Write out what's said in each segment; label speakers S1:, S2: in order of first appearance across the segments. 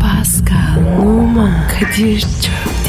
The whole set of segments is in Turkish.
S1: Pascal, Oman, Kadir çok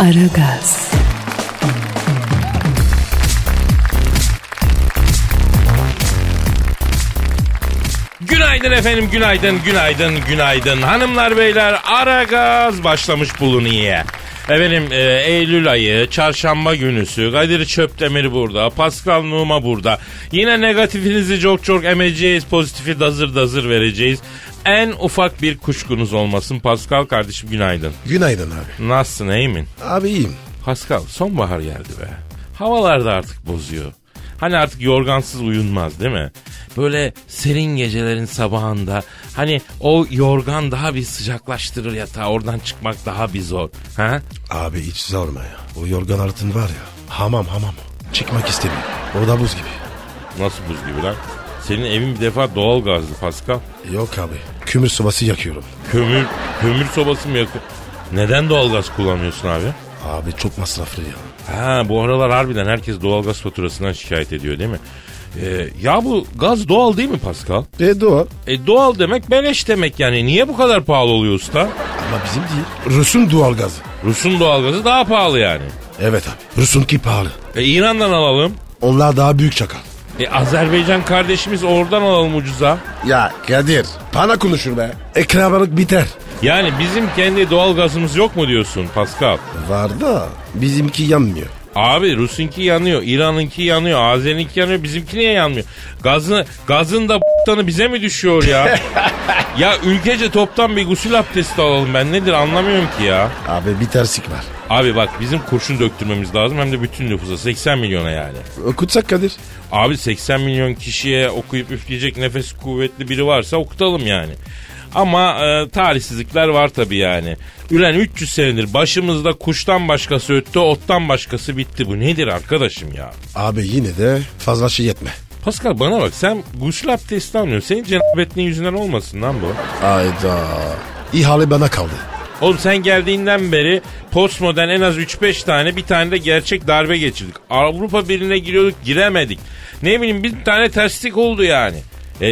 S1: Aragaz,
S2: Günaydın efendim, günaydın, günaydın, günaydın. Hanımlar, beyler, ara gaz başlamış bulunuyor. Efendim e, Eylül ayı, çarşamba günüsü, Kadir Çöptemir burada, Pascal Numa burada. Yine negatifinizi çok çok emeceğiz, pozitifi dazır dazır vereceğiz. En ufak bir kuşkunuz olmasın. Pascal kardeşim günaydın.
S3: Günaydın abi.
S2: Nasılsın, iyi misin?
S3: Abi iyiyim.
S2: Pascal sonbahar geldi be. Havalar da artık bozuyor. Hani artık yorgansız uyunmaz değil mi? Böyle serin gecelerin sabahında hani o yorgan daha bir sıcaklaştırır yatağı oradan çıkmak daha bir zor. Ha?
S3: Abi hiç sorma ya. O yorgan altın var ya. Hamam hamam. Çıkmak istemiyorum. Orada buz gibi.
S2: Nasıl buz gibi lan? Senin evin bir defa doğal gazlı Pascal.
S3: Yok abi. Kömür sobası yakıyorum.
S2: Kömür, kömür sobası mı yakın? Neden doğalgaz kullanıyorsun abi?
S3: Abi çok masraflı ya.
S2: Ha bu aralar harbiden herkes doğalgaz faturasından şikayet ediyor değil mi? Ee, ya bu gaz doğal değil mi Pascal?
S3: E doğal.
S2: E doğal demek beleş demek yani. Niye bu kadar pahalı oluyor usta?
S3: Ama bizim değil. Rus'un doğal gazı.
S2: Rus'un doğalgazı daha pahalı yani.
S3: Evet abi. Rus'un ki pahalı.
S2: E İran'dan alalım.
S3: Onlar daha büyük çakal.
S2: E Azerbaycan kardeşimiz oradan alalım ucuza.
S3: Ya Kadir. Bana konuşur be. Ekrabalık biter.
S2: Yani bizim kendi doğalgazımız yok mu diyorsun Pascal?
S3: Var da bizimki yanmıyor.
S2: Abi Rus'unki yanıyor, İran'ınki yanıyor, Azeri'ninki yanıyor, bizimki niye yanmıyor? Gazını, gazın da b**tanı bize mi düşüyor ya? ya ülkece toptan bir gusül abdesti alalım ben nedir anlamıyorum ki ya.
S3: Abi bir terslik var.
S2: Abi bak bizim kurşun döktürmemiz lazım hem de bütün nüfusa 80 milyona yani.
S3: Okutsak Kadir.
S2: Abi 80 milyon kişiye okuyup üfleyecek nefes kuvvetli biri varsa okutalım yani. Ama e, tarihsizlikler var tabii yani. Ülen 300 senedir başımızda kuştan başkası öttü, ottan başkası bitti. Bu nedir arkadaşım ya?
S3: Abi yine de fazla şey yetme.
S2: Pascal bana bak sen gusül abdesti almıyorsun. Senin cenabetliğin yüzünden olmasın lan bu.
S3: Ayda. İhale bana kaldı.
S2: Oğlum sen geldiğinden beri postmodern en az 3-5 tane bir tane de gerçek darbe geçirdik. Avrupa Birliği'ne giriyorduk giremedik. Ne bileyim bir tane terslik oldu yani. E,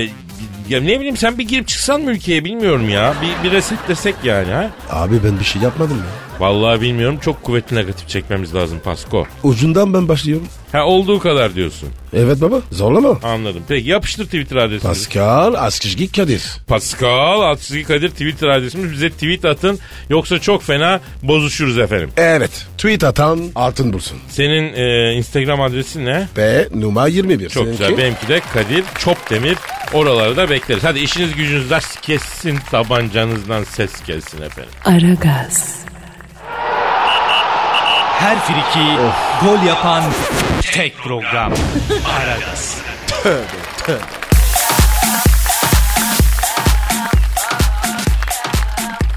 S2: ya ne bileyim sen bir girip çıksan mı ülkeye bilmiyorum ya. Bir, bir resetlesek yani ha.
S3: Abi ben bir şey yapmadım ya.
S2: Vallahi bilmiyorum çok kuvvetli negatif çekmemiz lazım Pasko.
S3: Ucundan ben başlıyorum.
S2: Ha olduğu kadar diyorsun.
S3: Evet baba zorlama.
S2: Anladım. Peki yapıştır Twitter adresimizi.
S3: Pascal Askışgi Kadir.
S2: Pascal Askizgi Kadir Twitter adresimiz. Bize tweet atın yoksa çok fena bozuşuruz efendim.
S3: Evet. Tweet atan altın bulsun.
S2: Senin e, Instagram adresin ne?
S3: Ve numara 21.
S2: Çok
S3: Seninki?
S2: güzel. Benimki de Kadir Çopdemir. Oraları da bekleriz. Hadi işiniz gücünüz ders kessin. Tabancanızdan ses gelsin efendim.
S1: Aragaz,
S4: Her friki gol yapan tek program.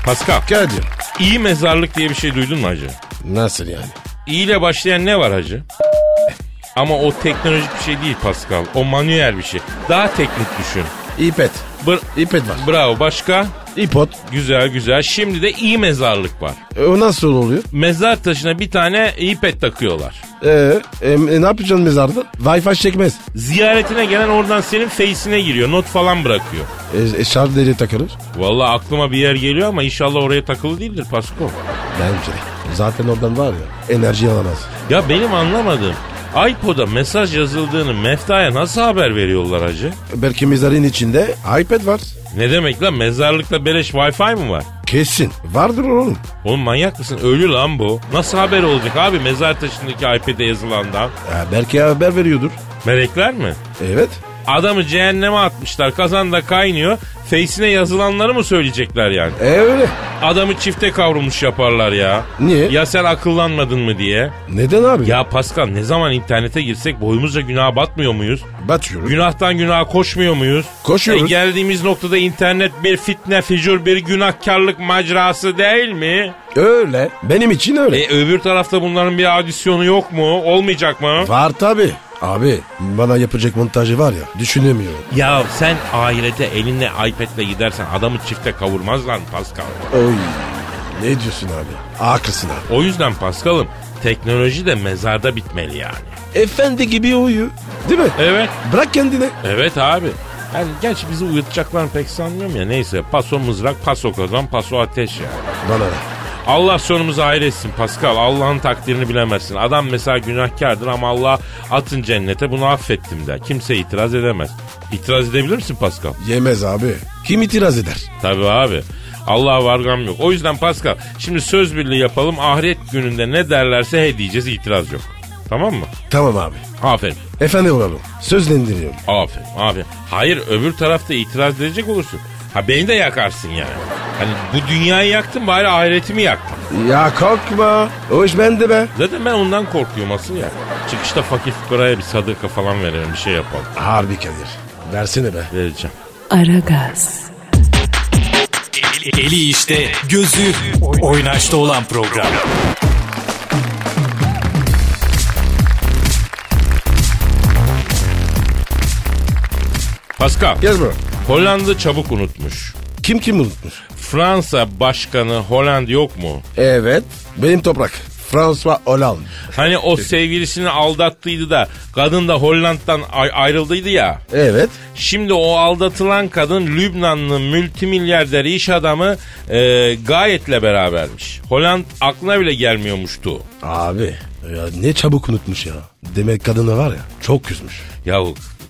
S2: Pascal.
S3: Kadir.
S2: iyi mezarlık diye bir şey duydun mu hacı?
S3: Nasıl yani?
S2: İyi ile başlayan ne var hacı? Ama o teknolojik bir şey değil Pascal. O manuel bir şey. Daha teknik düşün.
S3: İpet.
S2: Br-
S3: İpet var.
S2: Bravo. Başka?
S3: İpot.
S2: Güzel güzel. Şimdi de iyi mezarlık var.
S3: E, o nasıl oluyor?
S2: Mezar taşına bir tane ipet takıyorlar.
S3: Ee, e, e, ne yapacaksın mezarda? Wi-Fi çekmez.
S2: Ziyaretine gelen oradan senin face'ine giriyor. Not falan bırakıyor.
S3: E, e, şarj deliği takılır.
S2: Vallahi aklıma bir yer geliyor ama inşallah oraya takılı değildir Pasko.
S3: Bence de. Zaten oradan var ya enerji alamaz.
S2: Ya benim anlamadığım iPod'a mesaj yazıldığını Mefta'ya nasıl haber veriyorlar hacı?
S3: Belki mezarın içinde iPad var.
S2: Ne demek lan mezarlıkta beleş Wi-Fi mi var?
S3: Kesin. Vardır oğlum.
S2: Oğlum manyak mısın? Ölü lan bu. Nasıl haber olacak abi mezar taşındaki iPad'e yazılandan?
S3: Ha, belki haber veriyordur.
S2: Melekler mi?
S3: Evet.
S2: Adamı cehenneme atmışlar. Kazan da kaynıyor. Face'ine yazılanları mı söyleyecekler yani?
S3: E öyle.
S2: Adamı çifte kavrulmuş yaparlar ya.
S3: Niye?
S2: Ya sen akıllanmadın mı diye.
S3: Neden abi?
S2: Ya Pascal ne zaman internete girsek boyumuzca günaha batmıyor muyuz?
S3: Batıyoruz.
S2: Günahtan günaha koşmuyor muyuz?
S3: Koşuyoruz.
S2: E, geldiğimiz noktada internet bir fitne, fücur, bir günahkarlık macerası değil mi?
S3: öyle. Benim için öyle.
S2: E öbür tarafta bunların bir adisyonu yok mu? Olmayacak mı?
S3: Var tabi. Abi bana yapacak montajı var ya düşünemiyorum.
S2: Ya sen ahirete elinle iPad'le gidersen adamı çifte kavurmazlar mı Pascal?
S3: Oy. Ne diyorsun abi? Haklısın abi.
S2: O yüzden Pascal'ım teknoloji de mezarda bitmeli yani.
S3: Efendi gibi uyu. Değil mi?
S2: Evet.
S3: Bırak kendini.
S2: Evet abi. Yani gerçi bizi uyutacaklarını pek sanmıyorum ya. Neyse paso mızrak, paso kazan, paso ateş ya.
S3: Bana da.
S2: Allah sonumuzu hayır etsin Pascal. Allah'ın takdirini bilemezsin. Adam mesela günahkardır ama Allah atın cennete bunu affettim der. Kimse itiraz edemez. İtiraz edebilir misin Pascal?
S3: Yemez abi. Kim itiraz eder?
S2: Tabii abi. Allah vargam yok. O yüzden Pascal şimdi söz birliği yapalım. Ahiret gününde ne derlerse he diyeceğiz itiraz yok. Tamam mı?
S3: Tamam abi.
S2: Aferin.
S3: Efendi olalım. Sözlendiriyorum.
S2: Aferin. Aferin. Hayır öbür tarafta itiraz edecek olursun. Ha beni de yakarsın yani. Hani bu dünyayı yaktın bari ahiretimi yaktın.
S3: Ya korkma. O iş bende be.
S2: Zaten ben ondan korkuyorum asıl ya. Çıkışta fakir fukaraya bir sadaka falan verelim bir şey yapalım.
S3: Harbi Kadir. Versene be.
S2: Vereceğim.
S1: Aragaz,
S4: Eli işte, gözü oynaşta olan program.
S2: Pascal.
S3: Gel bro.
S2: Hollanda çabuk unutmuş.
S3: Kim kim unutmuş?
S2: Fransa başkanı Hollanda yok mu?
S3: Evet. Benim toprak. François Hollande.
S2: Hani o sevgilisini aldattıydı da kadın da Hollanda'dan ay- ayrıldıydı ya.
S3: Evet.
S2: Şimdi o aldatılan kadın Lübnanlı multimilyarder iş adamı e, Gayet'le berabermiş. Holland aklına bile gelmiyormuştu.
S3: Abi. Ya ne çabuk unutmuş ya. Demek kadını var ya çok küsmüş.
S2: Ya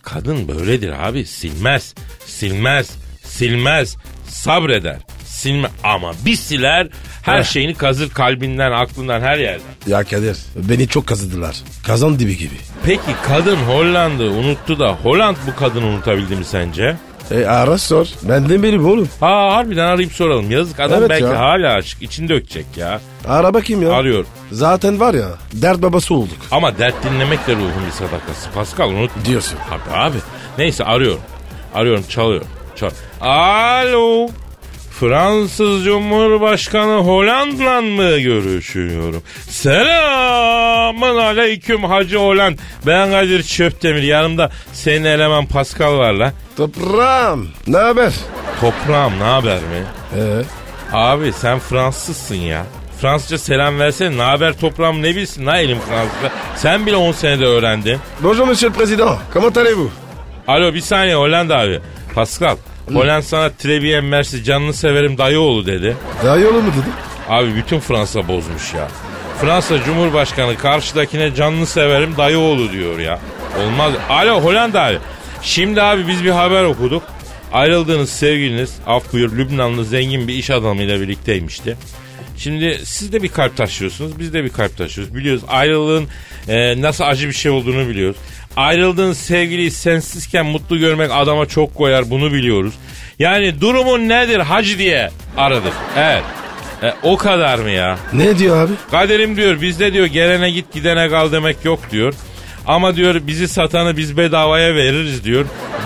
S2: kadın böyledir abi silmez, silmez, silmez, sabreder. Silme ama bir siler her
S3: Eh.
S2: şeyini kazır kalbinden, aklından, her yerden.
S3: Ya Kadir beni çok kazıdılar. Kazan dibi gibi.
S2: Peki kadın Hollanda'yı unuttu da Holland bu kadını unutabildi mi sence?
S3: E ara sor. Benden benim oğlum.
S2: Ha harbiden arayıp soralım. Yazık adam
S3: Evet
S2: belki
S3: ya.
S2: hala aşık. içini dökecek ya.
S3: Ara bakayım ya.
S2: Arıyor.
S3: Zaten var ya dert babası olduk.
S2: Ama dert dinlemek de ruhun bir sadakası. Pascal unutma.
S3: Diyorsun.
S2: Abi, abi. Neyse arıyorum. Arıyorum çalıyorum. Çal. Alo. Fransız Cumhurbaşkanı Hollanda'la mı görüşüyorum? Selamın aleyküm Hacı Holland. Ben Kadir Çöptemir. Yanımda senin eleman Pascal var la.
S3: Toprağım. Ne haber?
S2: Toprağım ne haber mi?
S3: Ee,
S2: Abi sen Fransızsın ya. Fransızca selam versene. Ne haber toprağım ne bilsin la elim Fransızca. Sen bile 10 senede öğrendin.
S3: bonjour monsieur le président. Comment allez-vous?
S2: Alo bir saniye Hollanda abi. Pascal. Hollanda sana Treviyen Mersi canını severim dayıoğlu dedi.
S3: Daha iyi olur mu dedim.
S2: Abi bütün Fransa bozmuş ya. Fransa Cumhurbaşkanı karşıdakine canını severim dayıoğlu diyor ya. Olmaz. Alo Hollanda abi. Şimdi abi biz bir haber okuduk. Ayrıldığınız sevgiliniz af buyur Lübnanlı zengin bir iş adamıyla birlikteymişti. Şimdi siz de bir kalp taşıyorsunuz biz de bir kalp taşıyoruz. Biliyoruz ayrılığın e, nasıl acı bir şey olduğunu biliyoruz. Ayrıldığın sevgiliyi sensizken mutlu görmek adama çok koyar bunu biliyoruz. Yani durumun nedir hacı diye aradık. Evet. E, o kadar mı ya?
S3: Ne diyor abi?
S2: Kaderim diyor bizde diyor gelene git gidene kal demek yok diyor. Ama diyor bizi satanı biz bedavaya veririz diyor.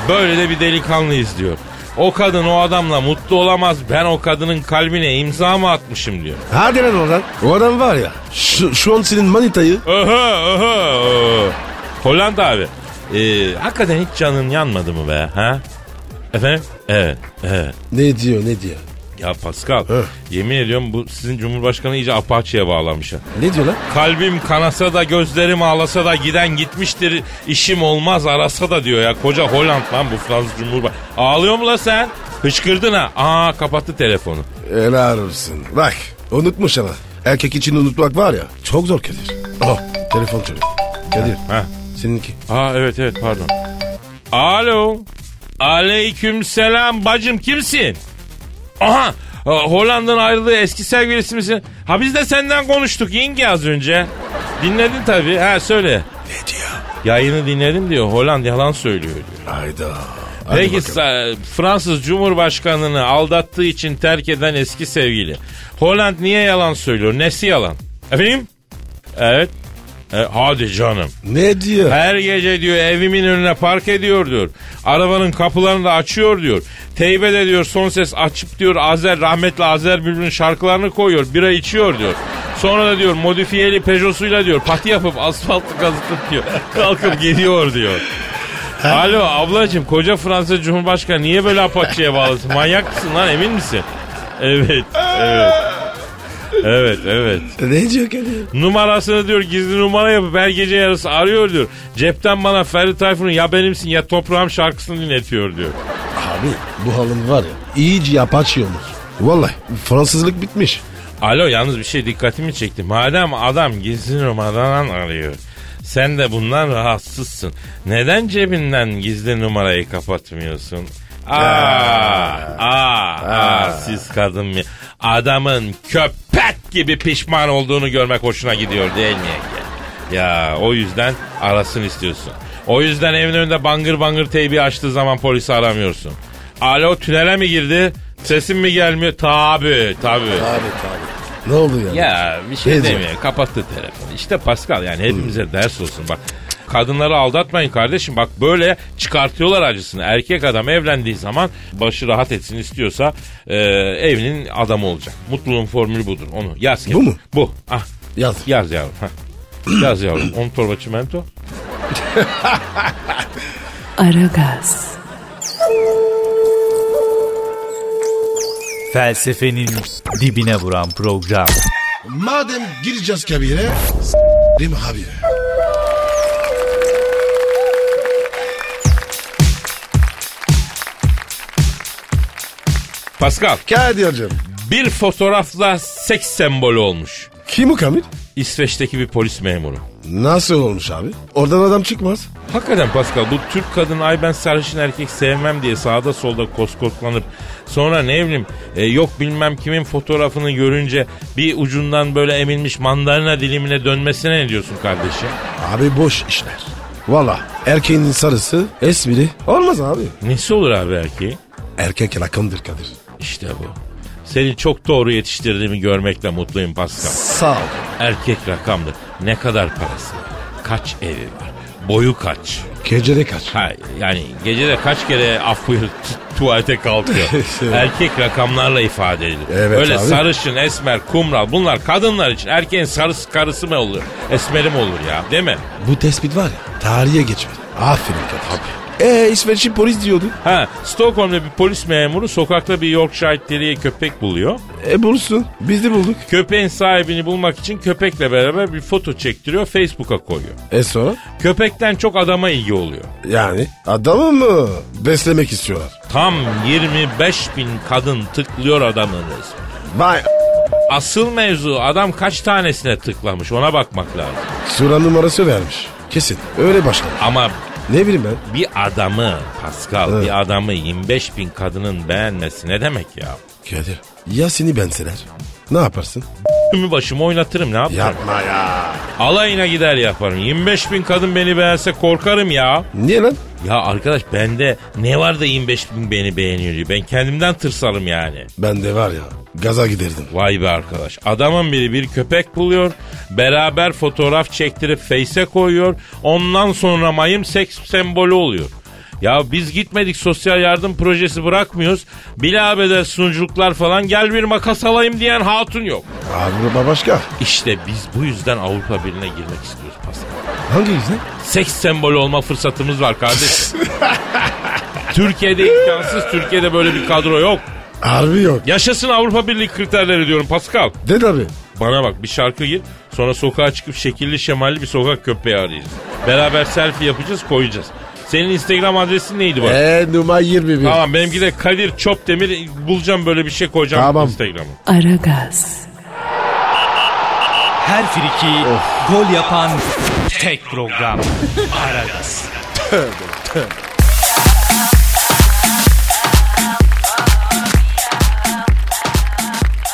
S2: Böyle de bir delikanlıyız diyor. O kadın o adamla mutlu olamaz. Ben o kadının kalbine imza mı atmışım diyor.
S3: Hadi lan oradan. O adam var ya. Şu, şu an senin manitayı.
S2: Aha aha. aha. Hollanda abi. e, hakikaten hiç canın yanmadı mı be? Ha? Efendim? Evet. Evet.
S3: Ne diyor ne diyor?
S2: Ya Pascal
S3: Heh.
S2: yemin ediyorum bu sizin Cumhurbaşkanı iyice apaçıya bağlamış. ha.
S3: Ne diyor lan?
S2: Kalbim kanasa da gözlerim ağlasa da giden gitmiştir işim olmaz arasa da diyor ya. Koca Holland lan bu Fransız Cumhurbaşkanı. Ağlıyor mu la sen? Hışkırdın ha. Aa kapattı telefonu.
S3: Helal olsun. Bak unutmuş ama. Erkek için unutmak var ya. Çok zor Kadir. Oh telefon çalıyor. Kadir.
S2: Ha.
S3: Seninki.
S2: Aa evet evet pardon. Alo. Aleyküm selam bacım kimsin? Aha e, Hollanda'nın ayrıldığı eski sevgilisi misin? Ha biz de senden konuştuk yenge az önce. Dinledin tabii. Ha söyle.
S3: Ne diyor?
S2: Yayını dinledim diyor. Hollanda yalan söylüyor diyor.
S3: Hayda. Hadi
S2: Peki
S3: bakalım.
S2: sa- Fransız Cumhurbaşkanını aldattığı için terk eden eski sevgili. Holland niye yalan söylüyor? Nesi yalan? Efendim? Evet. E, hadi canım.
S3: Ne diyor?
S2: Her gece diyor evimin önüne park ediyor diyor. Arabanın kapılarını da açıyor diyor. Teybe de diyor son ses açıp diyor Azer rahmetli Azer Bülbül'ün şarkılarını koyuyor. Bira içiyor diyor. Sonra da diyor modifiyeli Peugeot'suyla diyor pati yapıp asfaltı kazıtıp diyor. Kalkıp gidiyor diyor. Alo ablacığım koca Fransa Cumhurbaşkanı niye böyle apaçıya bağlısın? Manyak mısın lan emin misin? Evet, evet. Evet, evet.
S3: Ne diyor Kadir?
S2: Numarasını diyor gizli numara yapıp her gece yarısı arıyor diyor. Cepten bana Ferdi Tayfun'un ya benimsin ya toprağım şarkısını dinletiyor diyor.
S3: Abi bu halın var ya iyice yapaçıyormuş. Vallahi Fransızlık bitmiş.
S2: Alo yalnız bir şey dikkatimi çekti. Madem adam gizli numaradan arıyor. Sen de bundan rahatsızsın. Neden cebinden gizli numarayı kapatmıyorsun? Aa, aa, aa, siz kadın mı? Adamın köpek gibi pişman olduğunu görmek hoşuna gidiyor değil mi? Ege? Ya o yüzden arasın istiyorsun. O yüzden evin önünde bangır bangır teybi açtığı zaman polisi aramıyorsun. Alo tünele mi girdi? Sesin mi gelmiyor? Tabi tabi.
S3: Ne oldu yani?
S2: Ya bir şey
S3: Ne
S2: demiyor. Kapattı telefonu. İşte Pascal yani hepimize ders olsun bak. Kadınları aldatmayın kardeşim. Bak böyle çıkartıyorlar acısını. Erkek adam evlendiği zaman başı rahat etsin istiyorsa e, evinin adamı olacak. Mutluluğun formülü budur. Onu yaz. kenara.
S3: Bu mu?
S2: Bu. Ah,
S3: Yaz.
S2: yaz yavrum. Hah. yaz yavrum. On torba çimento.
S1: Aragaz,
S4: Felsefenin dibine vuran program.
S3: Madem gireceğiz kabire s**rim abi.
S2: Pascal
S3: Kadir'cim.
S2: bir fotoğrafla seks sembolü olmuş.
S3: Kim o Kamil?
S2: İsveç'teki bir polis memuru.
S3: Nasıl olmuş abi? Oradan adam çıkmaz.
S2: Hakikaten Pascal bu Türk kadın ay ben sarışın erkek sevmem diye sağda solda koskotlanıp sonra ne bileyim e, yok bilmem kimin fotoğrafını görünce bir ucundan böyle emilmiş mandalina dilimine dönmesine ne diyorsun kardeşim?
S3: Abi boş işler. Valla erkeğin sarısı esmiri olmaz abi.
S2: Nesi olur abi erkeği?
S3: Erkek rakamdır Kadir.
S2: İşte bu. Seni çok doğru yetiştirdiğimi görmekle mutluyum Pascal.
S3: Sağ ol.
S2: Erkek rakamdır. Ne kadar parası var? Kaç evi var? Boyu kaç?
S3: Gecede kaç.
S2: Ha, yani gecede kaç kere af buyur tu- tuvalete kalkıyor. Erkek rakamlarla ifade edilir.
S3: Şey. Evet
S2: Öyle
S3: abi.
S2: sarışın, esmer, kumral bunlar kadınlar için. Erkeğin sarısı karısı mı olur? Esmeri mi olur ya değil mi?
S3: Bu tespit var ya tarihe geçmedi. Aferin Kadir. Abi. Ee İsveçli polis diyordu.
S2: Ha, Stockholm'da bir polis memuru sokakta bir Yorkshire Terrier köpek buluyor.
S3: E bulursun. Biz de bulduk.
S2: Köpeğin sahibini bulmak için köpekle beraber bir foto çektiriyor, Facebook'a koyuyor.
S3: E sonra?
S2: Köpekten çok adama ilgi oluyor.
S3: Yani adamı mı beslemek istiyorlar?
S2: Tam 25 bin kadın tıklıyor adamın resmi.
S3: Vay
S2: Asıl mevzu adam kaç tanesine tıklamış ona bakmak lazım.
S3: Sıra numarası vermiş. Kesin. Öyle başladı.
S2: Ama
S3: Ne bileyim ben.
S2: bir adamı Pascal
S3: Evet.
S2: bir adamı 25 bin kadının beğenmesi ne demek ya?
S3: Kadir. Ya seni benseler? Ne yaparsın?
S2: Tümü başımı oynatırım ne yaparım?
S3: Yapma ya.
S2: Alayına gider yaparım. 25 bin kadın beni beğense korkarım ya.
S3: Niye lan?
S2: Ya arkadaş bende ne var da 25 bin beni beğeniyor diyor. Ben kendimden tırsarım yani.
S3: Ben de var ya gaza giderdim.
S2: Vay be arkadaş. Adamın biri bir köpek buluyor. Beraber fotoğraf çektirip face'e koyuyor. Ondan sonra mayım seks sembolü oluyor. Ya biz gitmedik sosyal yardım projesi bırakmıyoruz. Bilabeder sunuculuklar falan gel bir makas alayım diyen hatun yok.
S3: Avrupa başka.
S2: İşte biz bu yüzden Avrupa Birliği'ne girmek istiyoruz Pascal.
S3: Hangi yüzden?
S2: Seks sembolü olma fırsatımız var kardeşim. Türkiye'de imkansız. Türkiye'de böyle bir kadro yok.
S3: Harbi yok.
S2: Yaşasın Avrupa Birliği kriterleri diyorum Pascal.
S3: Ded abi.
S2: Bana bak bir şarkı gir sonra sokağa çıkıp şekilli şemalli bir sokak köpeği arayacağız. Beraber selfie yapacağız koyacağız. Senin Instagram adresin neydi bak?
S3: Eee Ee, numara 21.
S2: Tamam benimki de Kadir Çopdemir bulacağım böyle bir şey koyacağım
S3: Tamam.
S2: Instagram'a.
S1: Aragaz,
S4: Her friki gol yapan tek program. Aragaz.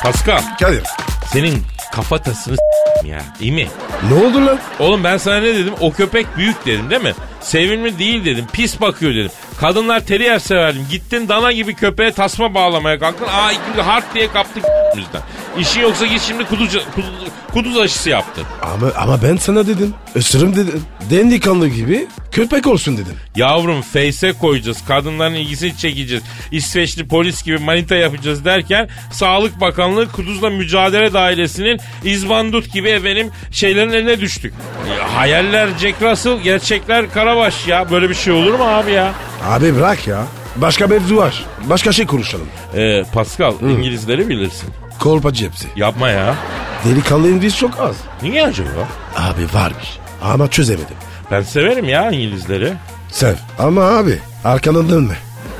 S2: Pascal
S3: Kadir.
S2: senin kafatasını s- ya. İyi mi?
S3: Ne oldu lan?
S2: Oğlum ben sana ne dedim? O köpek büyük dedim değil mi? Sevimli değil dedim. Pis bakıyor dedim. Kadınlar teriyer severdim. Gittin dana gibi köpeğe tasma bağlamaya kalktın. Aa ikimiz harf diye kaptık bizden. İşin yoksa git şimdi kuduz, kuduz, kuduz aşısı yaptın.
S3: Ama ama ben sana dedim. Isırım dedim. Dendikanlı gibi köpek olsun dedim.
S2: Yavrum face'e koyacağız. Kadınların ilgisini çekeceğiz. İsveçli polis gibi manita yapacağız derken Sağlık Bakanlığı Kuduz'la Mücadele Dairesi'nin izbandut gibi efendim şeylerin eline düştük. Ya, hayaller Jack Russell, gerçekler Karabaş ya. Böyle bir şey olur mu abi ya?
S3: Abi bırak ya. Başka mevzu var. Başka şey konuşalım.
S2: Ee, Pascal İngilizleri bilirsin.
S3: Kolpacı hepsi.
S2: Yapma ya.
S3: Delikanlıyım diye çok az.
S2: Niye acaba?
S3: Abi varmış. Ama çözemedim.
S2: Ben severim ya İngilizleri.
S3: Sen. Ama abi arkanı dönme.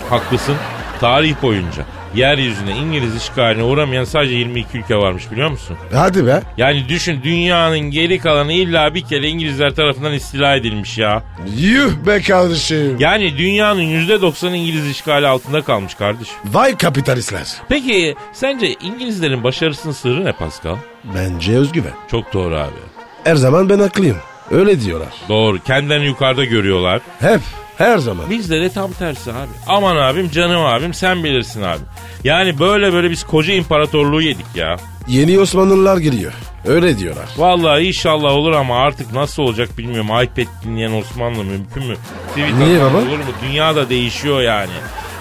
S2: Haklısın. Tarih boyunca yeryüzüne İngiliz işgaline uğramayan sadece 22 ülke varmış biliyor musun?
S3: Hadi be.
S2: Yani düşün dünyanın geri kalanı illa bir kere İngilizler tarafından istila edilmiş ya.
S3: Yuh be kardeşim.
S2: Yani dünyanın %90'ı İngiliz işgali altında kalmış kardeş.
S3: Vay kapitalistler.
S2: Peki sence İngilizlerin başarısının sırrı ne Pascal?
S3: Bence özgüven.
S2: Çok doğru abi.
S3: Her zaman ben haklıyım. Öyle diyorlar.
S2: Doğru. Kendilerini yukarıda görüyorlar.
S3: Hep. Her zaman.
S2: Bizde de tam tersi abi. Aman abim canım abim sen bilirsin abi. Yani böyle böyle biz koca imparatorluğu yedik ya.
S3: Yeni Osmanlılar giriyor. Öyle diyorlar.
S2: Vallahi inşallah olur ama artık nasıl olacak bilmiyorum. iPad dinleyen Osmanlı mümkün mü? Tweet
S3: Niye
S2: atan
S3: baba?
S2: Olur mu? Dünya da değişiyor yani.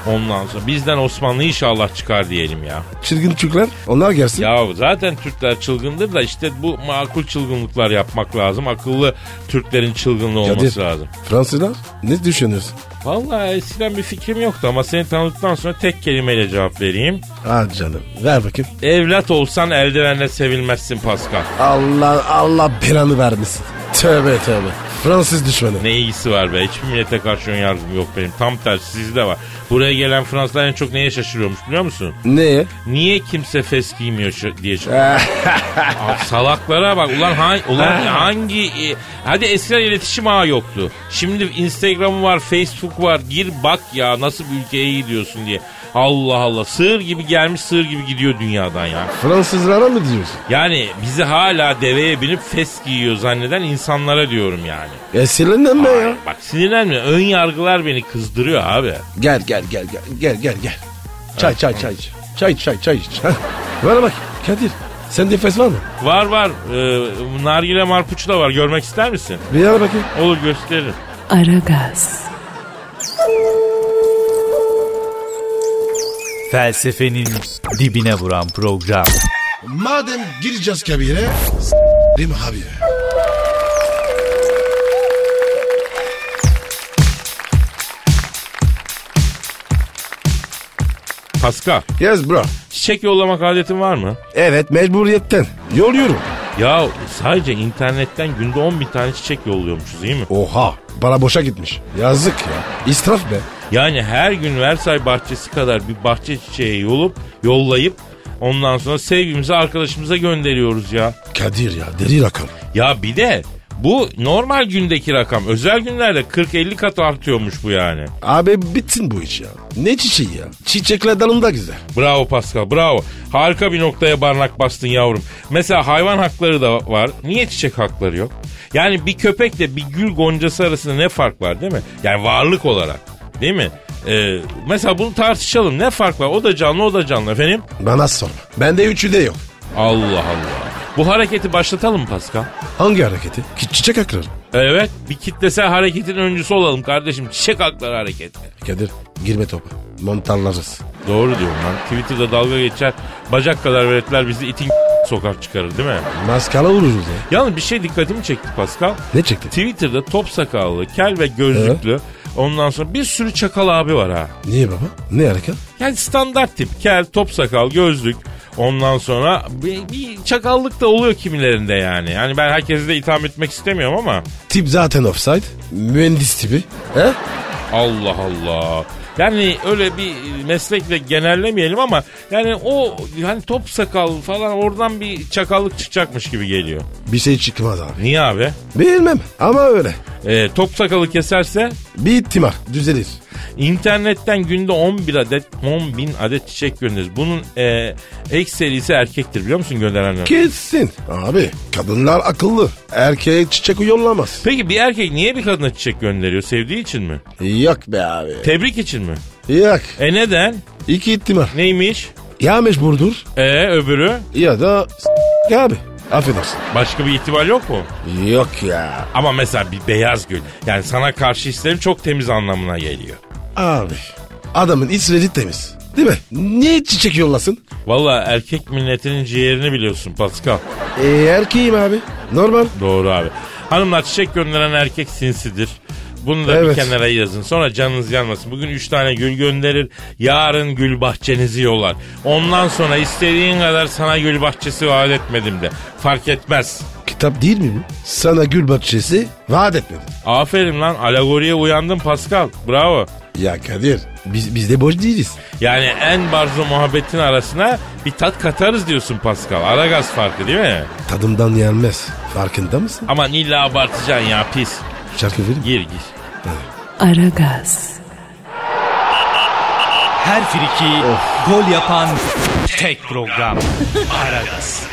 S2: Ondan sonra bizden Osmanlı inşallah çıkar diyelim ya.
S3: Çirkin Türkler onlar gelsin.
S2: Ya zaten Türkler çılgındır da işte bu makul çılgınlıklar yapmak lazım. Akıllı Türklerin çılgınlığı
S3: Kadir,
S2: olması lazım.
S3: Fransızlar ne düşünüyorsun?
S2: Vallahi eskiden bir fikrim yoktu ama seni tanıdıktan sonra tek kelimeyle cevap vereyim.
S3: Ah canım ver bakayım.
S2: Evlat olsan eldivenle sevilmezsin Pascal.
S3: Allah Allah belanı vermesin. Tövbe tövbe. Fransız düşmanı.
S2: Ne ilgisi var be? Hiçbir millete karşı ön yargım yok benim. Tam tersi sizde var. Buraya gelen Fransızlar en çok neye şaşırıyormuş biliyor musun?
S3: Neye?
S2: Niye kimse fes giymiyor şu, diye şaşırıyor. Abi salaklara bak. Ulan, hangi, ulan hangi... e, hadi eskiden iletişim ağı yoktu. Şimdi Instagram var, Facebook var. Gir bak ya nasıl bir ülkeye gidiyorsun diye. Allah Allah. Sığır gibi gelmiş, sığır gibi gidiyor dünyadan ya.
S3: Fransızlara mı diyorsun?
S2: Yani bizi hala deveye binip fes giyiyor zanneden insanlara diyorum yani.
S3: E sinirlenme ya.
S2: Bak sinirlenme. Ön yargılar beni kızdırıyor abi.
S3: Gel gel gel gel gel gel gel. Çay çay çay iç. Çay çay çay iç. Hah. Bana bak Kadir. Sende fes var mı?
S2: Var var. Ee, nargile marpuçu da var. Görmek ister misin?
S3: Bir ara bakayım.
S2: Olur gösteririm.
S1: Aragaz,
S4: Felsefenin dibine vuran program.
S3: Madem gireceğiz kabire. Rim abi.
S2: Paska.
S3: Yes bro.
S2: Çiçek yollamak adetin var mı?
S3: Evet mecburiyetten. Yoluyorum.
S2: Ya sadece internetten günde 10 bin tane çiçek yolluyormuşuz değil mi?
S3: Oha. Para boşa gitmiş. Yazık ya. İsraf be.
S2: Yani her gün Versay bahçesi kadar bir bahçe çiçeği yolup yollayıp ondan sonra sevgimizi arkadaşımıza gönderiyoruz ya.
S3: Kadir ya deri rakam.
S2: Ya bir de bu normal gündeki rakam. Özel günlerde 40-50 kat artıyormuş bu yani.
S3: Abi bitsin bu iş ya. Ne çiçeği ya? Çiçekler dalında güzel.
S2: Bravo Pascal bravo. Harika bir noktaya barnak bastın yavrum. Mesela hayvan hakları da var. Niye çiçek hakları yok? Yani bir köpekle bir gül goncası arasında ne fark var değil mi? Yani varlık olarak değil mi? Ee, mesela bunu tartışalım. Ne fark var? O da canlı o da canlı efendim.
S3: Bana sorma. Bende üçü de yok.
S2: Allah Allah. Bu hareketi başlatalım mı Pascal.
S3: Hangi hareketi? Ki çiçek akrar.
S2: Evet bir kitlesel hareketin öncüsü olalım kardeşim. Çiçek hakları hareketi.
S3: Kadir girme topa. Montarlarız.
S2: Doğru diyorum lan. Twitter'da dalga geçer. Bacak kadar veretler bizi itin sokar çıkarır değil mi?
S3: Maskara vururuz ya.
S2: Yalnız bir şey dikkatimi çekti Pascal.
S3: Ne çekti?
S2: Twitter'da top sakallı, kel ve gözlüklü ondan sonra bir sürü çakal abi var ha.
S3: Niye baba? Ne hareket?
S2: Yani standart tip kel, top sakal, gözlük ondan sonra bir, bir çakallık da oluyor kimilerinde yani. Yani ben herkesi de itham etmek istemiyorum ama
S3: Tip zaten offside. Mühendis tipi. He?
S2: Allah Allah. Yani öyle bir meslekle genellemeyelim ama yani o yani top sakal falan oradan bir çakallık çıkacakmış gibi geliyor.
S3: Bir şey çıkmaz abi.
S2: Niye abi?
S3: Bilmem ama öyle.
S2: Ee, top sakalı keserse
S3: Bir timar düzelir.
S2: İnternetten günde 11 adet 10 bin adet çiçek gönderir. Bunun e, ekserisi erkektir biliyor musun gönderenler?
S3: Kesin. Abi kadınlar akıllı. Erkeğe çiçek yollamaz.
S2: Peki bir erkek niye bir kadına çiçek gönderiyor? Sevdiği için mi?
S3: Yok be abi.
S2: Tebrik için mi?
S3: Yok.
S2: E neden?
S3: İki ihtimal.
S2: Neymiş?
S3: Ya mecburdur
S2: E öbürü?
S3: ya da s- abi. Affedersin.
S2: Başka bir ihtimal yok mu?
S3: Yok ya.
S2: Ama mesela bir beyaz gül. Yani sana karşı hislerim çok temiz anlamına geliyor.
S3: Abi adamın İsveç'i temiz. Değil mi? Niye çiçek yollasın?
S2: Valla erkek milletinin ciğerini biliyorsun Pascal.
S3: E, erkeğim abi. Normal.
S2: Doğru abi. Hanımlar çiçek gönderen erkek sinsidir. Bunu da
S3: Evet.
S2: bir kenara yazın. Sonra canınız yanmasın. Bugün 3 tane gül gönderir. Yarın gül bahçenizi yolar. Ondan sonra istediğin kadar sana gül bahçesi vaat etmedim de. Fark etmez.
S3: Kitap değil mi bu? Sana gül bahçesi vaat etmedi.
S2: Aferin lan. Alegoriye uyandın Pascal. Bravo.
S3: Ya Kadir biz, biz de boş değiliz.
S2: Yani en barzo muhabbetin arasına bir tat katarız diyorsun Pascal. Aragaz farkı değil mi?
S3: Tadımdan yenmez. Farkında mısın?
S2: Ama illa abartacaksın ya pis.
S3: Şarkı verir mi?
S2: Gir gir.
S1: Aragaz,
S4: Her friki gol yapan tek program. Aragaz.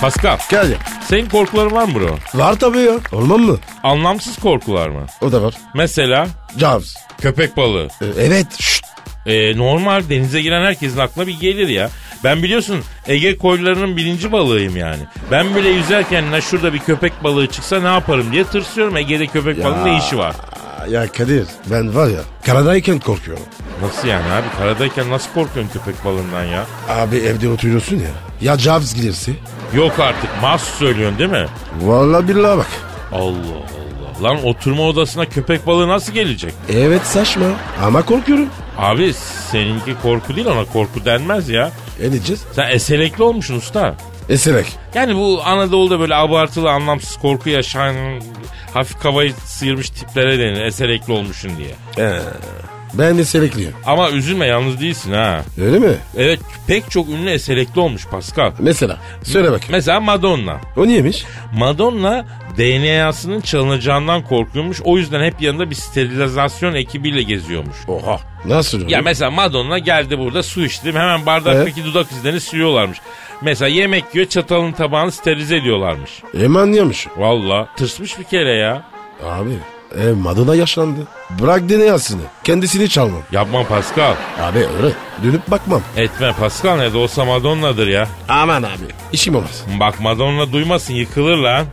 S2: Pascal
S3: Kadir.
S2: senin korkuların var mı bro?
S3: Var tabii ya. Olmam mı?
S2: Anlamsız korkular mı?
S3: O da var.
S2: Mesela
S3: Jaws.
S2: köpek balığı.
S3: E, evet. Şşt.
S2: Ee, normal denize giren herkesin aklına bir gelir ya. Ben biliyorsun Ege koylarının birinci balığıyım yani. Ben bile yüzerken ne şurada bir köpek balığı çıksa ne yaparım diye tırsıyorum. Ege'de köpek balığı ne işi var?
S3: Aa, Ya Kadir ben var ya karadayken korkuyorum.
S2: Nasıl yani abi? Karadayken nasıl korkuyorsun köpek balığından ya?
S3: Abi evde oturuyorsun ya. Ya Jaws gelirse?
S2: Yok artık mahsus söylüyorsun değil mi?
S3: Vallahi billahi bak.
S2: Allah Allah. Lan oturma odasına köpek balığı nasıl gelecek?
S3: Evet saçma ama korkuyorum.
S2: Abi seninki korku değil ona korku denmez ya.
S3: E ne diyeceğiz? E,
S2: Sen eselekli olmuşsun usta.
S3: Eserek.
S2: Yani bu Anadolu'da böyle abartılı anlamsız korku yaşayan hafif kafayı sıyırmış tiplere denir eserekli olmuşsun diye.
S3: Ee, ben eserekliyim.
S2: Ama üzülme yalnız değilsin ha.
S3: Öyle mi?
S2: Evet pek çok ünlü eserekli olmuş Pascal.
S3: Mesela söyle bakayım.
S2: Mesela Madonna.
S3: O niyemiş?
S2: Madonna DNA'sının çalınacağından korkuyormuş. O yüzden hep yanında bir sterilizasyon ekibiyle geziyormuş.
S3: Oha. Nasıl oluyor?
S2: Ya mesela Madonna geldi burada su içtim hemen bardaktaki dudak izlerini siliyorlarmış. Mesela yemek yiyor çatalın tabağını sterilize ediyorlarmış.
S3: Eman yemiş.
S2: Valla tırsmış bir kere ya.
S3: Abi e, Madonna yaşlandı. Bırak deneyasını. Kendisini çalmam.
S2: Yapma Pascal.
S3: Abi öyle. Dönüp bakmam.
S2: Etme Pascal ne de olsa Madonna'dır ya.
S3: Aman abi. İşim olmaz.
S2: Bak Madonna duymasın yıkılır lan.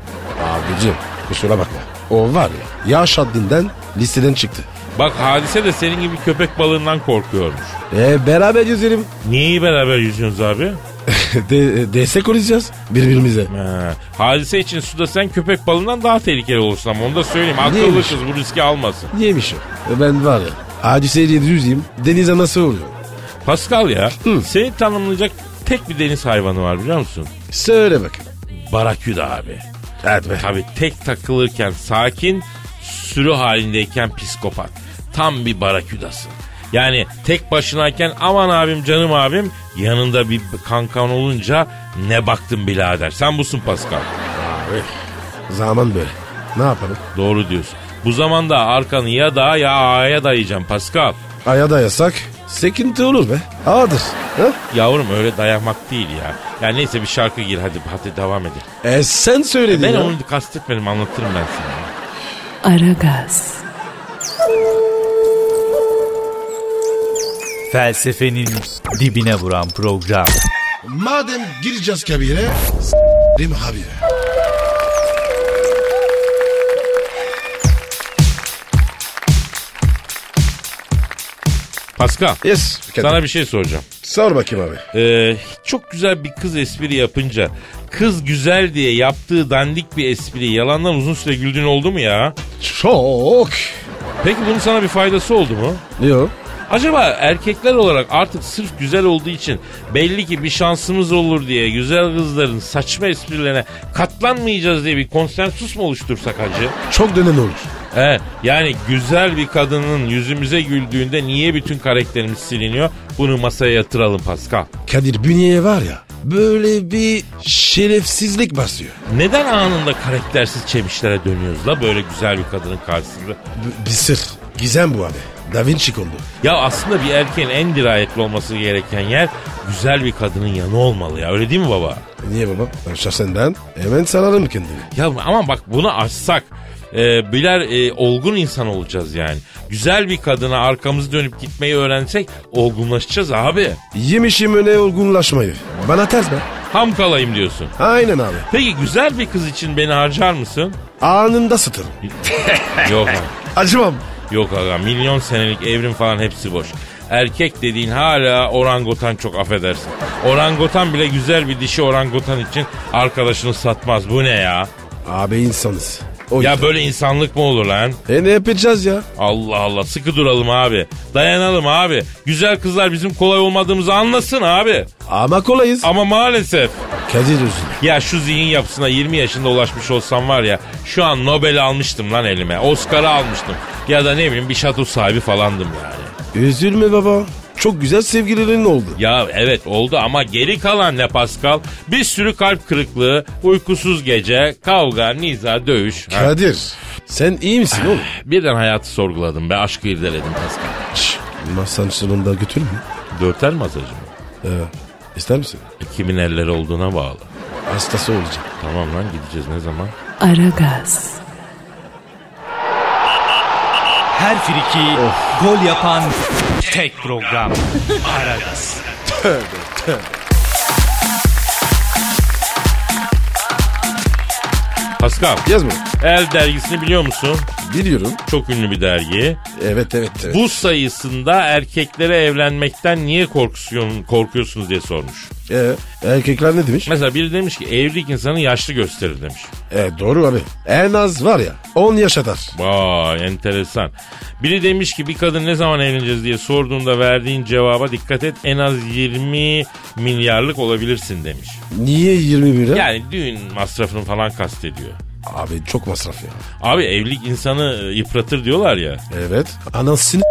S3: Abicim kusura bakma. O var ya. Yaş haddinden listeden çıktı.
S2: Bak hadise de senin gibi köpek balığından korkuyormuş.
S3: E beraber yüzelim.
S2: Niye beraber yüzüyorsunuz abi?
S3: De, destek olacağız birbirimize.
S2: Ha, Ee, hadise için suda sen köpek balığından daha tehlikeli olursun ama onu da söyleyeyim. Akıllı
S3: Neymiş?
S2: kız bu riski almasın.
S3: Neymiş o? E, Ben var ya. Hadiseyle yüzeyim. Denize nasıl oluyor?
S2: Pascal ya seni tanımlayacak tek bir deniz hayvanı var biliyor musun?
S3: Söyle bakayım.
S2: Baraküda abi.
S3: Evet be.
S2: Tabi tek takılırken sakin, sürü halindeyken psikopat. Tam bir baraküdasın. Yani tek başınayken aman abim canım abim yanında bir kankan olunca ne baktın birader. Sen busun Pascal.
S3: Zaman böyle. Ne yapalım?
S2: Doğru diyorsun. Bu zamanda arkanı ya dağa ya ağaya dayayacaksın Pascal.
S3: Aya da yasak. Sekinti olur be. Ağdır. Ha?
S2: Yavrum öyle dayamak değil ya. Ya neyse bir şarkı gir hadi hadi devam edelim.
S3: E sen söyledin
S2: Ben
S3: ya.
S2: onu kastetmedim anlatırım ben sana.
S1: Aragaz,
S4: Felsefenin dibine vuran program.
S3: Madem gireceğiz kabire. Değil mi abi?
S2: Pascal
S3: Yes.
S2: sana bir şey soracağım.
S3: Sor bakayım abi.
S2: Ee, çok güzel bir kız espri yapınca kız güzel diye yaptığı dandik bir espri yalandan uzun süre güldüğün oldu mu ya?
S3: Çok.
S2: Peki bunun sana bir faydası oldu mu?
S3: Yok.
S2: Acaba erkekler olarak artık sırf güzel olduğu için belli ki bir şansımız olur diye güzel kızların saçma esprilerine katlanmayacağız diye bir konsensus mu oluştursak hacı?
S3: Çok dönem olur.
S2: He, yani güzel bir kadının yüzümüze güldüğünde niye bütün karakterimiz siliniyor? Bunu masaya yatıralım Pascal.
S3: Kadir bünyeye var ya böyle bir şerefsizlik basıyor.
S2: Neden anında karaktersiz çemişlere dönüyoruz la böyle güzel bir kadının karşısında?
S3: B- bir sır. Gizem bu abi. Da Vinci kondu.
S2: Ya aslında bir erkeğin en dirayetli olması gereken yer güzel bir kadının yanı olmalı ya öyle değil mi baba?
S3: Niye baba? Ben şahsen ben hemen sararım kendimi.
S2: Ya ama bak bunu aşsak e, birer e, olgun insan olacağız yani. Güzel bir kadına arkamızı dönüp gitmeyi öğrensek olgunlaşacağız abi.
S3: Yemişim öne olgunlaşmayı. Bana ters be.
S2: Ham kalayım diyorsun.
S3: Aynen abi.
S2: Peki güzel bir kız için beni harcar mısın?
S3: Anında satırım.
S2: Yok abi.
S3: Acımam.
S2: Yok aga milyon senelik evrim falan hepsi boş. Erkek dediğin hala orangutan çok affedersin. Orangutan bile güzel bir dişi orangutan için arkadaşını satmaz. Bu ne ya?
S3: Abi insanız. O
S2: Ya
S3: yüzden.
S2: böyle insanlık mı olur lan?
S3: E ne yapacağız ya?
S2: Allah Allah sıkı duralım abi. Dayanalım abi. Güzel kızlar bizim kolay olmadığımızı anlasın abi.
S3: Ama kolayız.
S2: Ama maalesef
S3: Kadir üzülür.
S2: ya şu zihin yapısına 20 yaşında ulaşmış olsam var ya şu an Nobel almıştım lan elime. Oscar'ı almıştım. Ya da ne bileyim bir şato sahibi falandım yani.
S3: Üzülme baba. Çok güzel sevgililerin oldu.
S2: Ya evet oldu ama geri kalan ne Pascal? Bir sürü kalp kırıklığı, uykusuz gece, kavga, niza, dövüş. Ha,
S3: Kadir sen iyi misin oğlum?
S2: Birden hayatı sorguladım ve aşkı irdeledim Pascal.
S3: Şşş, Masaj salonunda götür mü?
S2: Dörtel masajı mı?
S3: Ee, ister misin?
S2: E, Kimin elleri olduğuna bağlı.
S3: Hastası olacak.
S2: Tamam lan gideceğiz ne zaman?
S1: Aragaz,
S4: Her friki gol yapan tek program. Aragaz.
S2: Pascal,
S3: Yaz mı?
S2: El dergisini biliyor musun?
S3: Biliyorum.
S2: Çok ünlü bir dergi.
S3: Evet evet. evet.
S2: Bu sayısında erkeklere evlenmekten niye korkuyorsun, korkuyorsunuz diye sormuş.
S3: Ee, erkekler ne demiş?
S2: Mesela biri demiş ki evlilik insanı yaşlı gösterir demiş.
S3: Ee, doğru abi. En az var ya 10 yaş atar.
S2: Vay enteresan. Biri demiş ki bir kadın ne zaman evleneceğiz diye sorduğunda verdiğin cevaba dikkat et en az 20 milyarlık olabilirsin demiş.
S3: Niye 20 lira?
S2: Yani düğün masrafını falan kastediyor.
S3: Abi çok masraf ya.
S2: Abi evlilik insanı e, yıpratır diyorlar ya.
S3: Evet. Anasını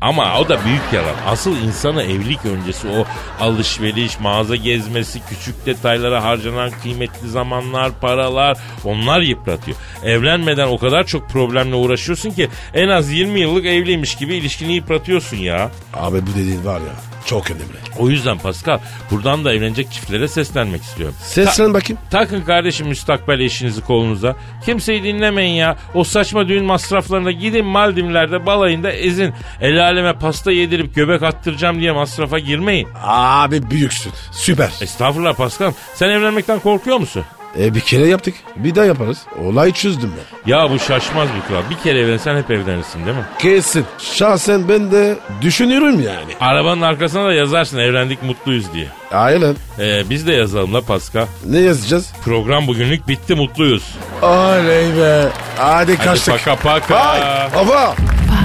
S2: Ama o da büyük yalan. Asıl insanı evlilik öncesi o alışveriş, mağaza gezmesi, küçük detaylara harcanan kıymetli zamanlar, paralar onlar yıpratıyor. Evlenmeden o kadar çok problemle uğraşıyorsun ki en az 20 yıllık evliymiş gibi ilişkini yıpratıyorsun ya.
S3: Abi bu dediğin var ya çok önemli.
S2: O yüzden Pascal buradan da evlenecek çiftlere seslenmek istiyorum.
S3: Seslen bakayım.
S2: Takın kardeşim müstakbel eşinizi kolunuza. Kimseyi dinlemeyin ya. O saçma düğün masraflarına gidin Maldivler'de balayında ezin. El aleme pasta yedirip göbek attıracağım diye masrafa girmeyin.
S3: Abi büyüksün. Süper.
S2: Estağfurullah Pascal. Sen evlenmekten korkuyor musun?
S3: E, bir kere yaptık. Bir daha yaparız. Olay çözdüm ben.
S2: Ya bu şaşmaz bir kural. Bir kere evlensen hep evlenirsin değil mi?
S3: Kesin. Şahsen ben de düşünüyorum yani.
S2: Arabanın arkasına da yazarsın evlendik mutluyuz diye.
S3: Aynen.
S2: Ee, biz de yazalım la Pascal.
S3: Ne yazacağız?
S2: Program bugünlük bitti mutluyuz.
S3: Oley be. Hadi kaçtık.
S2: paka paka.
S3: Vay. Baba.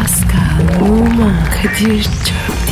S1: Pascal, Oman, Kadir çok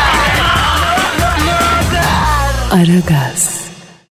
S1: Aragaz.